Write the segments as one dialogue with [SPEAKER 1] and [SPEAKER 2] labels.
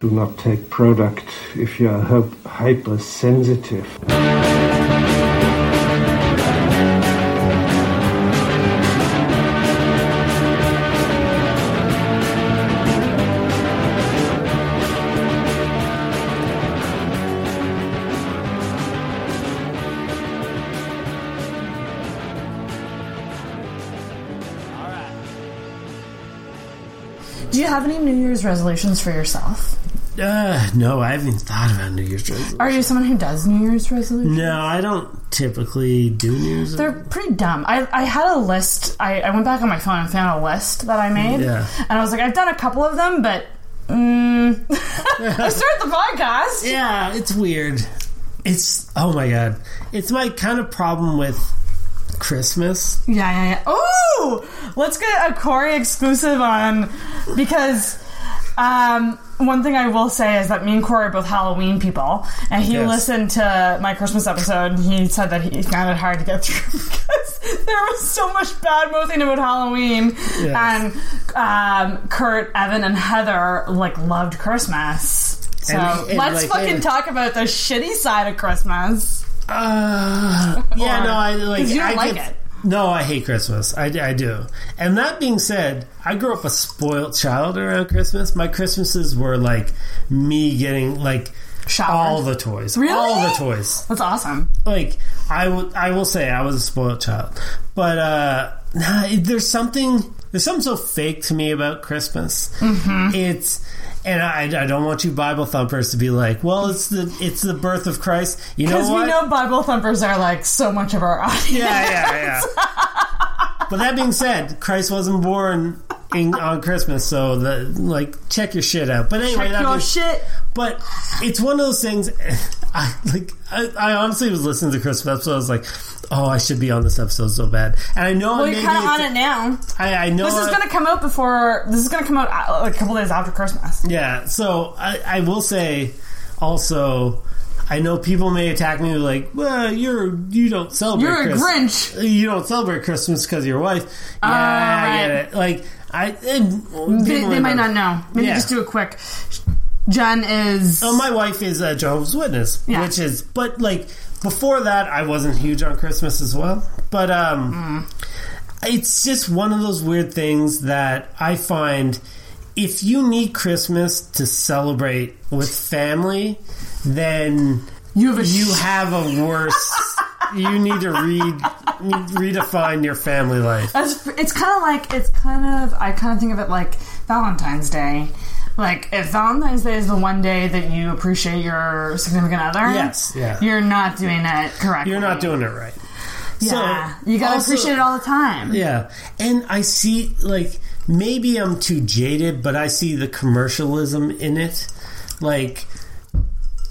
[SPEAKER 1] Do not take product if you are hypersensitive.
[SPEAKER 2] Do you have any New Year's resolutions for yourself?
[SPEAKER 3] Uh, no, I haven't even thought about New Year's resolutions.
[SPEAKER 2] Are you someone who does New Year's resolutions?
[SPEAKER 3] No, I don't typically do New Year's.
[SPEAKER 2] They're pretty dumb. I, I had a list. I, I went back on my phone and found a list that I made.
[SPEAKER 3] Yeah.
[SPEAKER 2] And I was like, I've done a couple of them, but. Mm, I started the podcast.
[SPEAKER 3] yeah, it's weird. It's oh my god, it's my kind of problem with Christmas.
[SPEAKER 2] Yeah, yeah, yeah. Ooh, let's get a Corey exclusive on because um, one thing I will say is that me and Corey are both Halloween people, and he
[SPEAKER 3] Yes.
[SPEAKER 2] listened to my Christmas episode. and He said that he found it hard to get through because there was so much bad mouthing about Halloween,
[SPEAKER 3] Yes.
[SPEAKER 2] and um, Kurt, Evan, and Heather like loved Christmas. So
[SPEAKER 3] And- and,
[SPEAKER 2] let's
[SPEAKER 3] like,
[SPEAKER 2] fucking
[SPEAKER 3] and-
[SPEAKER 2] talk about the shitty side of Christmas.
[SPEAKER 3] Uh, yeah,
[SPEAKER 2] Or-
[SPEAKER 3] no, I like.
[SPEAKER 2] 'cause you don't
[SPEAKER 3] I
[SPEAKER 2] like
[SPEAKER 3] get-
[SPEAKER 2] it.
[SPEAKER 3] No, I hate Christmas. I, I do. And that being said, I grew up a spoiled child around Christmas. My Christmases were like me getting like
[SPEAKER 2] Showered.
[SPEAKER 3] all the toys,
[SPEAKER 2] Really?
[SPEAKER 3] all the toys.
[SPEAKER 2] That's awesome.
[SPEAKER 3] like I will I will say I was a spoiled child, but uh, nah, it- there's something there's something so fake to me about Christmas. Mm-hmm. It's and I, I don't want you Bible thumpers to be like, well, it's the it's the birth of Christ. You know
[SPEAKER 2] Because
[SPEAKER 3] what?
[SPEAKER 2] we know Bible thumpers are like so much of our audience.
[SPEAKER 3] yeah, yeah, yeah. but that being said, Christ wasn't born in, on Christmas, so the like check your shit out. But anyway, that
[SPEAKER 2] your
[SPEAKER 3] being-
[SPEAKER 2] shit.
[SPEAKER 3] But it's one of those things. I like. I, I honestly was listening to the Christmas episode. I was like, "Oh, I should be on this episode so bad." And I know
[SPEAKER 2] Well,
[SPEAKER 3] maybe
[SPEAKER 2] you're kind of on
[SPEAKER 3] it's-
[SPEAKER 2] it now.
[SPEAKER 3] I, I know
[SPEAKER 2] This is
[SPEAKER 3] I-
[SPEAKER 2] going to come out before. This is going to come out uh, like a couple days after Christmas.
[SPEAKER 3] Yeah. So I, I will say, also, I know people may attack me like, "Well, you're you don't celebrate.
[SPEAKER 2] You're a
[SPEAKER 3] Christ-
[SPEAKER 2] Grinch." Ah,
[SPEAKER 3] You don't celebrate Christmas because your wife." Yeah, I
[SPEAKER 2] right.
[SPEAKER 3] get it. Like I, and people
[SPEAKER 2] They, they
[SPEAKER 3] may
[SPEAKER 2] might not know. Maybe
[SPEAKER 3] Yeah.
[SPEAKER 2] just do a quick. Jen is.
[SPEAKER 3] Oh, my wife is a Jehovah's Witness,
[SPEAKER 2] Yeah.
[SPEAKER 3] which is, but like before that, I wasn't huge on Christmas as well. But um,
[SPEAKER 2] Mm.
[SPEAKER 3] it's just one of those weird things that I find if you need Christmas to celebrate with family, then
[SPEAKER 2] you have a.
[SPEAKER 3] you
[SPEAKER 2] sh-
[SPEAKER 3] have a worse. you need to read redefine your family life.
[SPEAKER 2] That's- it's kind of like it's kind of I kind of think of it like Valentine's Day. Like if Valentine's Day is the one day that you appreciate your significant other,
[SPEAKER 3] Yes, yeah.
[SPEAKER 2] you're not doing it correctly.
[SPEAKER 3] You're not doing it right.
[SPEAKER 2] Yeah, you gotta
[SPEAKER 3] also-
[SPEAKER 2] appreciate it all the time.
[SPEAKER 3] Yeah. And I see, like, maybe I'm too jaded, but I see the commercialism in it. Like,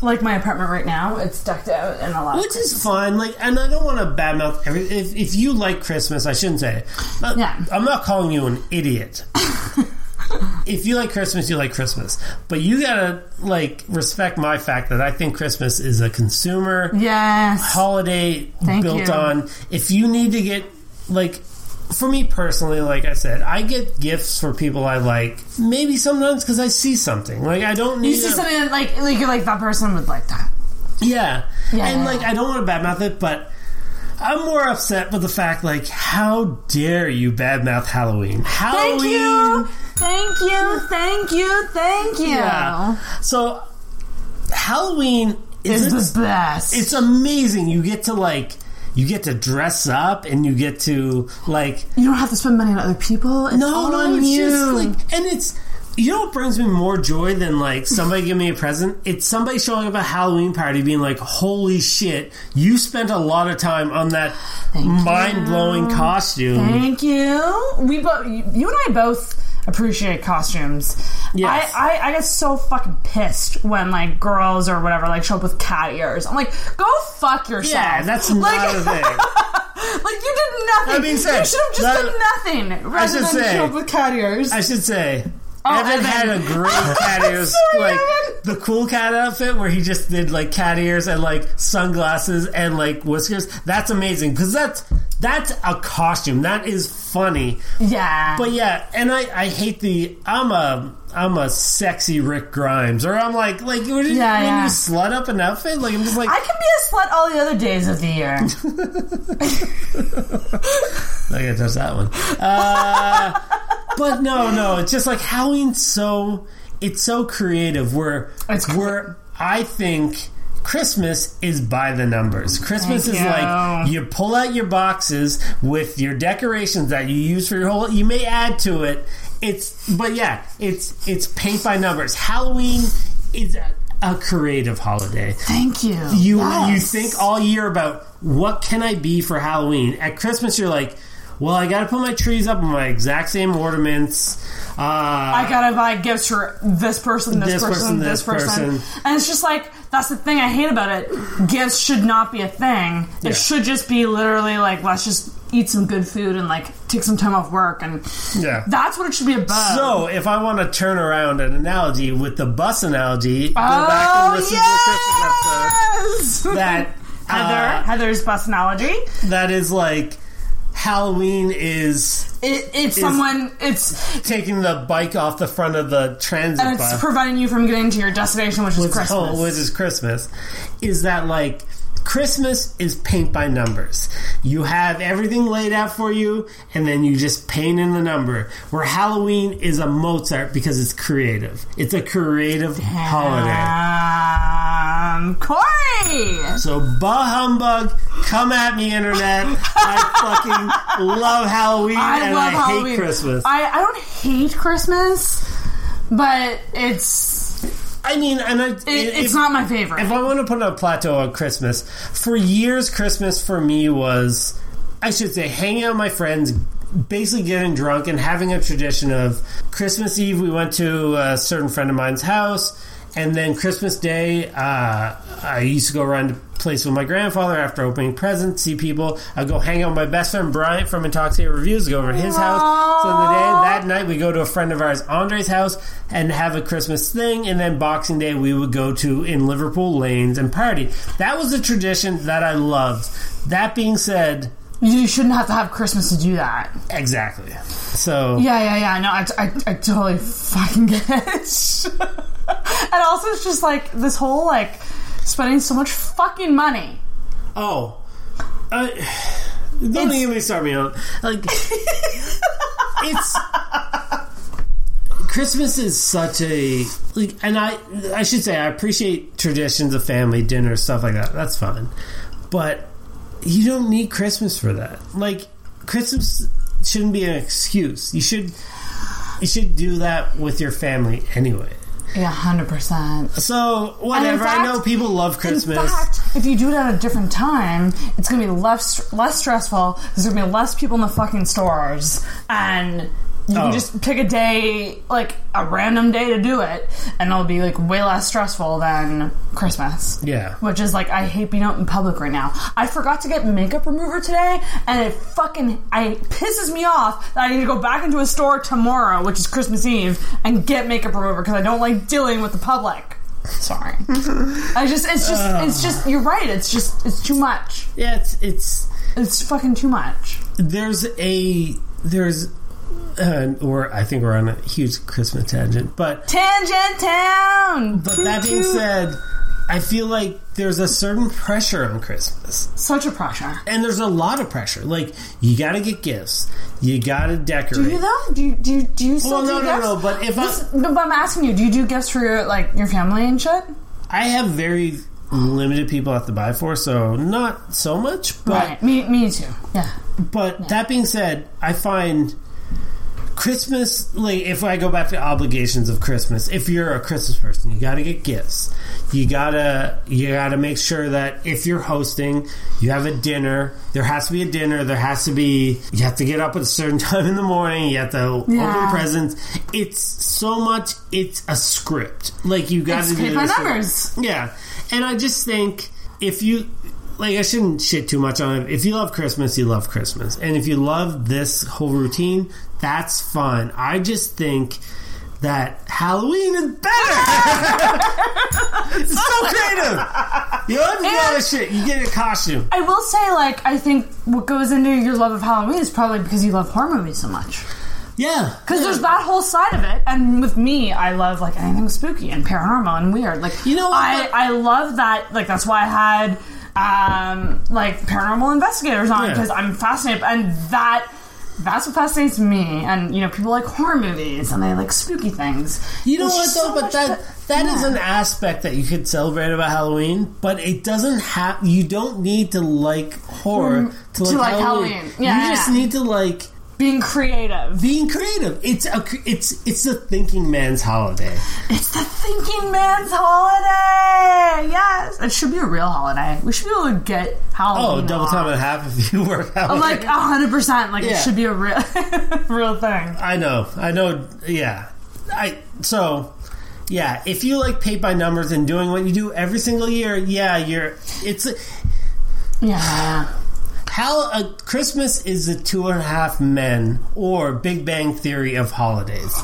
[SPEAKER 2] like my apartment right now, it's decked out in a lot.
[SPEAKER 3] which is fine. Like, and I don't want to badmouth every. If, if you like Christmas, I shouldn't say it. But
[SPEAKER 2] Yeah.
[SPEAKER 3] I'm not calling you an idiot. if you like Christmas, you like Christmas. But you gotta, like, respect my fact that I think Christmas is a consumer
[SPEAKER 2] yes.
[SPEAKER 3] holiday
[SPEAKER 2] Thank
[SPEAKER 3] built
[SPEAKER 2] you.
[SPEAKER 3] on if you need to get like for me personally like i said i get gifts for people i like maybe sometimes because i see something like i don't need
[SPEAKER 2] You see
[SPEAKER 3] a-
[SPEAKER 2] something that, like like you're like that person would like that.
[SPEAKER 3] yeah.
[SPEAKER 2] Yeah.
[SPEAKER 3] and like i don't want to badmouth it but i'm more upset with the fact like how dare you badmouth halloween halloween
[SPEAKER 2] Thank you, thank you, thank you, thank you.
[SPEAKER 3] yeah so halloween
[SPEAKER 2] It's
[SPEAKER 3] is a
[SPEAKER 2] the best.
[SPEAKER 3] it's amazing you get to like you get to dress up and you get to like
[SPEAKER 2] you don't have to spend money on other people. It's
[SPEAKER 3] no
[SPEAKER 2] all
[SPEAKER 3] no
[SPEAKER 2] on
[SPEAKER 3] Oh, it's
[SPEAKER 2] you.
[SPEAKER 3] just like and it's you know what brings me more joy than like somebody giving me a present it's somebody showing up at a halloween party being like holy shit you spent a lot of time on that
[SPEAKER 2] Thank
[SPEAKER 3] mind-blowing costume
[SPEAKER 2] Thank you. We both, you and I both appreciate costumes.
[SPEAKER 3] Yes.
[SPEAKER 2] I, I, I get so fucking pissed when like girls or whatever like show up with cat ears. I'm like, go fuck yourself.
[SPEAKER 3] yeah that's
[SPEAKER 2] like,
[SPEAKER 3] not a thing
[SPEAKER 2] Like you did nothing.
[SPEAKER 3] That being said,
[SPEAKER 2] you should have just
[SPEAKER 3] that-
[SPEAKER 2] done nothing rather
[SPEAKER 3] should
[SPEAKER 2] than
[SPEAKER 3] say-
[SPEAKER 2] show up with cat ears.
[SPEAKER 3] I should say.
[SPEAKER 2] Oh,
[SPEAKER 3] Evan,
[SPEAKER 2] Evan.
[SPEAKER 3] had a great cat ears,
[SPEAKER 2] Sorry,
[SPEAKER 3] like
[SPEAKER 2] Evan.
[SPEAKER 3] the cool cat outfit where he just did like cat ears and like sunglasses and like whiskers. That's amazing because that's that's a costume that is funny.
[SPEAKER 2] yeah.
[SPEAKER 3] But yeah, and I I hate the I'm a I'm a sexy Rick Grimes, or I'm like like when, you-
[SPEAKER 2] Yeah,
[SPEAKER 3] when
[SPEAKER 2] yeah.
[SPEAKER 3] you slut up an outfit, like I'm just like
[SPEAKER 2] I can be a slut all the other days of the year.
[SPEAKER 3] I gotta touch that one. Uh, but no, no, it's just like Halloween's so it's so creative. Where
[SPEAKER 2] It's cr-
[SPEAKER 3] where I think Christmas is by the numbers. Christmas
[SPEAKER 2] Thank
[SPEAKER 3] is
[SPEAKER 2] you.
[SPEAKER 3] like you pull out your boxes with your decorations that you use for your whole. You may add to it. It's but yeah, it's it's paint by numbers. Halloween is a, a creative holiday
[SPEAKER 2] Thank you.
[SPEAKER 3] you you
[SPEAKER 2] Yes.
[SPEAKER 3] think all year about what can I be for Halloween. At Christmas, you're like, well, I got to put my trees up in my exact same ornaments. Uh,
[SPEAKER 2] I gotta buy gifts for this person, this,
[SPEAKER 3] This
[SPEAKER 2] person,
[SPEAKER 3] person,
[SPEAKER 2] this,
[SPEAKER 3] this
[SPEAKER 2] person.
[SPEAKER 3] person.
[SPEAKER 2] And it's just like, that's the thing I hate about it. Gifts should not be a thing. It
[SPEAKER 3] Yeah.
[SPEAKER 2] should just be literally like, let's just eat some good food and like take some time off work. And
[SPEAKER 3] Yeah.
[SPEAKER 2] that's what it should be about.
[SPEAKER 3] so, if I want to turn around an analogy with the bus analogy, go back and
[SPEAKER 2] oh, yes!
[SPEAKER 3] listen to the Christmas episode. That
[SPEAKER 2] Heather,
[SPEAKER 3] uh,
[SPEAKER 2] Heather's bus analogy.
[SPEAKER 3] that is like Halloween is
[SPEAKER 2] It, it's someone, it's,
[SPEAKER 3] taking the bike off the front of the transit
[SPEAKER 2] and
[SPEAKER 3] bus.
[SPEAKER 2] it's preventing you from getting to your destination, which is Christmas.
[SPEAKER 3] Oh, which is Christmas, is that like Christmas is paint by numbers. You have everything laid out for you, and then you just paint in the number. Where Halloween is a Mozart because it's creative. It's a creative holiday.
[SPEAKER 2] Um, Corey!
[SPEAKER 3] So bah humbug, come at me, internet. I fucking love Halloween
[SPEAKER 2] I
[SPEAKER 3] and
[SPEAKER 2] love
[SPEAKER 3] I
[SPEAKER 2] Halloween.
[SPEAKER 3] hate Christmas. I,
[SPEAKER 2] I, I don't hate Christmas, but it's
[SPEAKER 3] mean, and I,
[SPEAKER 2] it, it's not my favorite.
[SPEAKER 3] If I want to put a plateau on Christmas, for years, Christmas for me was, I should say, hanging out with my friends, basically getting drunk, and having a tradition of Christmas Eve, we went to a certain friend of mine's house. And then Christmas Day, uh, I used to go around to place with my grandfather after opening presents, see people. I'd go hang out with my best friend Brian from Intoxicated Reviews, go over to his house. So the day that night, we go to a friend of ours, Andre's house, and have a Christmas thing. And then Boxing Day, we would go to in Liverpool lanes and party. That was a tradition that I loved. That being said,
[SPEAKER 2] you shouldn't have to have Christmas to do that.
[SPEAKER 3] exactly. So
[SPEAKER 2] Yeah, yeah, yeah. No, I, I, I totally fucking get it. and also, it's just like this whole like spending so much fucking money.
[SPEAKER 3] Oh. Uh, don't even me start me on. Like, it's. Christmas is such a like, and I I should say I appreciate traditions of family dinner stuff like that. That's fine, but you don't need Christmas for that. Like Christmas shouldn't be an excuse. You should you should do that with your family anyway.
[SPEAKER 2] Yeah, hundred percent.
[SPEAKER 3] So whatever. I
[SPEAKER 2] fact-
[SPEAKER 3] know people love Christmas.
[SPEAKER 2] In fact, if you do it at a different time, it's going to be less less stressful. There's going to be less people in the fucking stores, and you
[SPEAKER 3] Oh.
[SPEAKER 2] can just pick a day, like a random day, to do it, and it'll be like way less stressful than Christmas.
[SPEAKER 3] yeah.
[SPEAKER 2] Which is like I hate being out in public right now. I forgot to get makeup remover today, and it fucking I it pisses me off that I need to go back into a store tomorrow, which is Christmas Eve, and get makeup remover because I don't like dealing with the public. Sorry, I just it's just it's just you're right. It's just it's too much.
[SPEAKER 3] Yeah. It's it's.
[SPEAKER 2] It's fucking too much.
[SPEAKER 3] there's a there's uh, or I think we're on a huge Christmas tangent, but
[SPEAKER 2] Tangent town.
[SPEAKER 3] but that being said, I feel like there's a certain pressure on Christmas,
[SPEAKER 2] such a pressure.
[SPEAKER 3] and there's a lot of pressure. Like you got to get gifts, you got to decorate.
[SPEAKER 2] Do you though? Do you do you, do you still do
[SPEAKER 3] well, no, no,
[SPEAKER 2] gifts?
[SPEAKER 3] no. But if
[SPEAKER 2] This-
[SPEAKER 3] I,
[SPEAKER 2] no, but I'm asking you, do you do gifts for your like your family and shit?
[SPEAKER 3] I have very limited people at the buy for, so not so much. But
[SPEAKER 2] Right. Me me too. Yeah.
[SPEAKER 3] But that being said, I find Christmas, like, if I go back to obligations of Christmas, if you're a Christmas person, you gotta get gifts. You gotta, you gotta make sure that if you're hosting, you have a dinner. There has to be a dinner. There has to be, you have to get up at a certain time in the morning. You have to
[SPEAKER 2] Yeah.
[SPEAKER 3] open presents. It's so much, it's a script. Like, you gotta
[SPEAKER 2] It's
[SPEAKER 3] do
[SPEAKER 2] paint by
[SPEAKER 3] this.
[SPEAKER 2] numbers.
[SPEAKER 3] Yeah, and I just think if you like, I shouldn't shit too much on it. If you love Christmas, you love Christmas, and if you love this whole routine, that's fine. I just think that Halloween is better. it's so creative. You love the other shit. You get a costume.
[SPEAKER 2] I will say, like, I think what goes into your love of Halloween is probably because you love horror movies so much.
[SPEAKER 3] Yeah.
[SPEAKER 2] Because there's that whole side of it, and with me, I love like anything spooky and paranormal and weird. Like
[SPEAKER 3] You know,
[SPEAKER 2] I I love that. Like that's why I had um like paranormal investigators on
[SPEAKER 3] Yeah.
[SPEAKER 2] because I'm fascinated, and that that's what fascinates me. And you know, people like horror movies and they like spooky things.
[SPEAKER 3] You know
[SPEAKER 2] There's
[SPEAKER 3] what
[SPEAKER 2] just
[SPEAKER 3] though,
[SPEAKER 2] so
[SPEAKER 3] but
[SPEAKER 2] much
[SPEAKER 3] that that is an aspect that you could celebrate about Halloween, but it doesn't have. You don't need to like horror to like,
[SPEAKER 2] Mm, like
[SPEAKER 3] Halloween.
[SPEAKER 2] Halloween. Yeah,
[SPEAKER 3] you
[SPEAKER 2] yeah,
[SPEAKER 3] just
[SPEAKER 2] yeah.
[SPEAKER 3] need to like
[SPEAKER 2] being creative.
[SPEAKER 3] being creative. It's a cr- it's it's a thinking man's holiday.
[SPEAKER 2] It's the thinking man's holiday. Yes, it should be a real holiday. We should be able to get
[SPEAKER 3] Oh,
[SPEAKER 2] Halloween.
[SPEAKER 3] double
[SPEAKER 2] off.
[SPEAKER 3] time and a half if you work out.
[SPEAKER 2] I'm like hundred percent. Like
[SPEAKER 3] Yeah.
[SPEAKER 2] it should be a real, real thing.
[SPEAKER 3] I know, I know. Yeah, I so. Yeah, if you like paint by numbers and doing what you do every single year, yeah, you're. It's
[SPEAKER 2] Yeah.
[SPEAKER 3] How uh, Christmas is the Two and a Half Men or Big Bang Theory of holidays.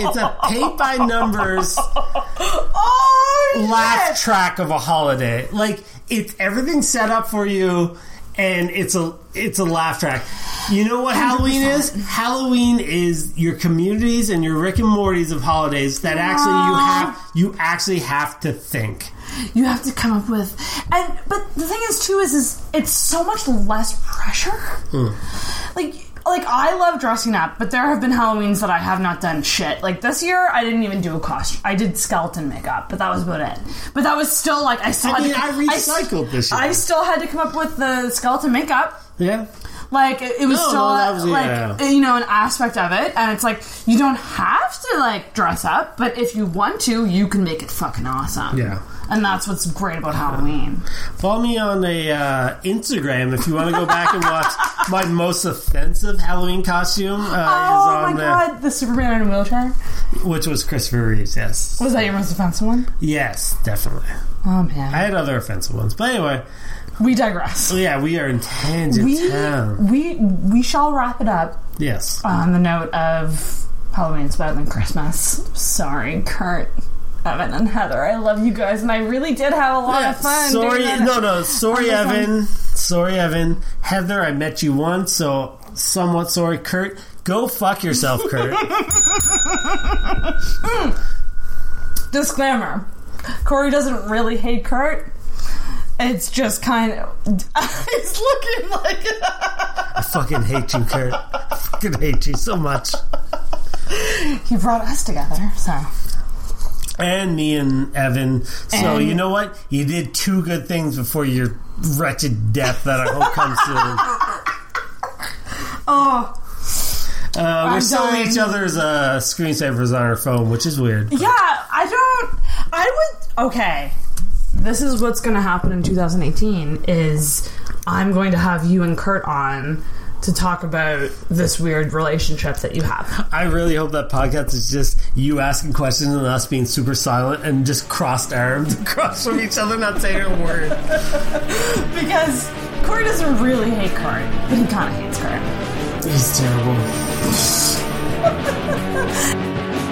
[SPEAKER 3] It's a paint by numbers
[SPEAKER 2] Oh,
[SPEAKER 3] laugh track of a holiday. Like it's everything set up for you, and it's a it's a laugh track. You know what Halloween is? Halloween is your communities and your Rick and Morty's of holidays that actually you have you actually have to think.
[SPEAKER 2] you have to come up with, and but the thing is too is is it's so much less pressure.
[SPEAKER 3] Hmm.
[SPEAKER 2] Like like I love dressing up, but there have been Halloweens that I have not done shit. Like this year, I didn't even do a costume. I did skeleton makeup, but that was about it. But that was still like I still
[SPEAKER 3] I
[SPEAKER 2] had
[SPEAKER 3] mean,
[SPEAKER 2] to,
[SPEAKER 3] I
[SPEAKER 2] s-
[SPEAKER 3] recycled this year.
[SPEAKER 2] I still had to come up with the skeleton makeup.
[SPEAKER 3] Yeah,
[SPEAKER 2] Like it, it was
[SPEAKER 3] No,
[SPEAKER 2] still
[SPEAKER 3] no, that was-
[SPEAKER 2] like
[SPEAKER 3] yeah.
[SPEAKER 2] you know an aspect of it, and it's like you don't have to like dress up, but if you want to, you can make it fucking awesome.
[SPEAKER 3] Yeah. Uh,
[SPEAKER 2] and that's what's great about Halloween.
[SPEAKER 3] Follow me on the uh, Instagram if you want to go back and watch my most offensive Halloween costume. Uh,
[SPEAKER 2] Oh my
[SPEAKER 3] is on
[SPEAKER 2] god, the Superman in a wheelchair
[SPEAKER 3] there, which was Christopher Reeves. Yes,
[SPEAKER 2] was that your most offensive one?
[SPEAKER 3] yes, definitely.
[SPEAKER 2] Oh man,
[SPEAKER 3] I had other offensive ones, but anyway,
[SPEAKER 2] we digress.
[SPEAKER 3] yeah, we are in tangent
[SPEAKER 2] We
[SPEAKER 3] town.
[SPEAKER 2] we we shall wrap it up
[SPEAKER 3] Yes,
[SPEAKER 2] on the note of Halloween's better than Christmas. Sorry, Kurt. Evan and Heather, I love you guys, and I really did have a lot
[SPEAKER 3] Yeah,
[SPEAKER 2] of fun.
[SPEAKER 3] sorry,
[SPEAKER 2] doing that.
[SPEAKER 3] no, no, sorry,
[SPEAKER 2] I'm just-
[SPEAKER 3] Evan. Sorry, Evan. Heather, I met you once, so somewhat sorry. Kurt, go fuck yourself, Kurt.
[SPEAKER 2] disclaimer corey doesn't really hate kurt it's just kind of it's looking like
[SPEAKER 3] I fucking hate you, Kurt. I fucking hate you so much.
[SPEAKER 2] he brought us together so
[SPEAKER 3] and me and Evan. So
[SPEAKER 2] And-
[SPEAKER 3] you know what? You did two good things before your wretched death that I hope comes soon.
[SPEAKER 2] oh
[SPEAKER 3] Uh, we're
[SPEAKER 2] I'm
[SPEAKER 3] selling
[SPEAKER 2] dying.
[SPEAKER 3] each other's uh, screensavers on our phone, which is weird.
[SPEAKER 2] yeah i don't i would okay this is what's going to happen in 2018 is i'm going to have you and kurt on to talk about this weird relationship that you have
[SPEAKER 3] I really hope that podcast is just you asking questions and us being super silent and just crossed arms across from each other, not saying a word.
[SPEAKER 2] because corey doesn't really hate kurt but he kind of hates kurt
[SPEAKER 3] He's terrible.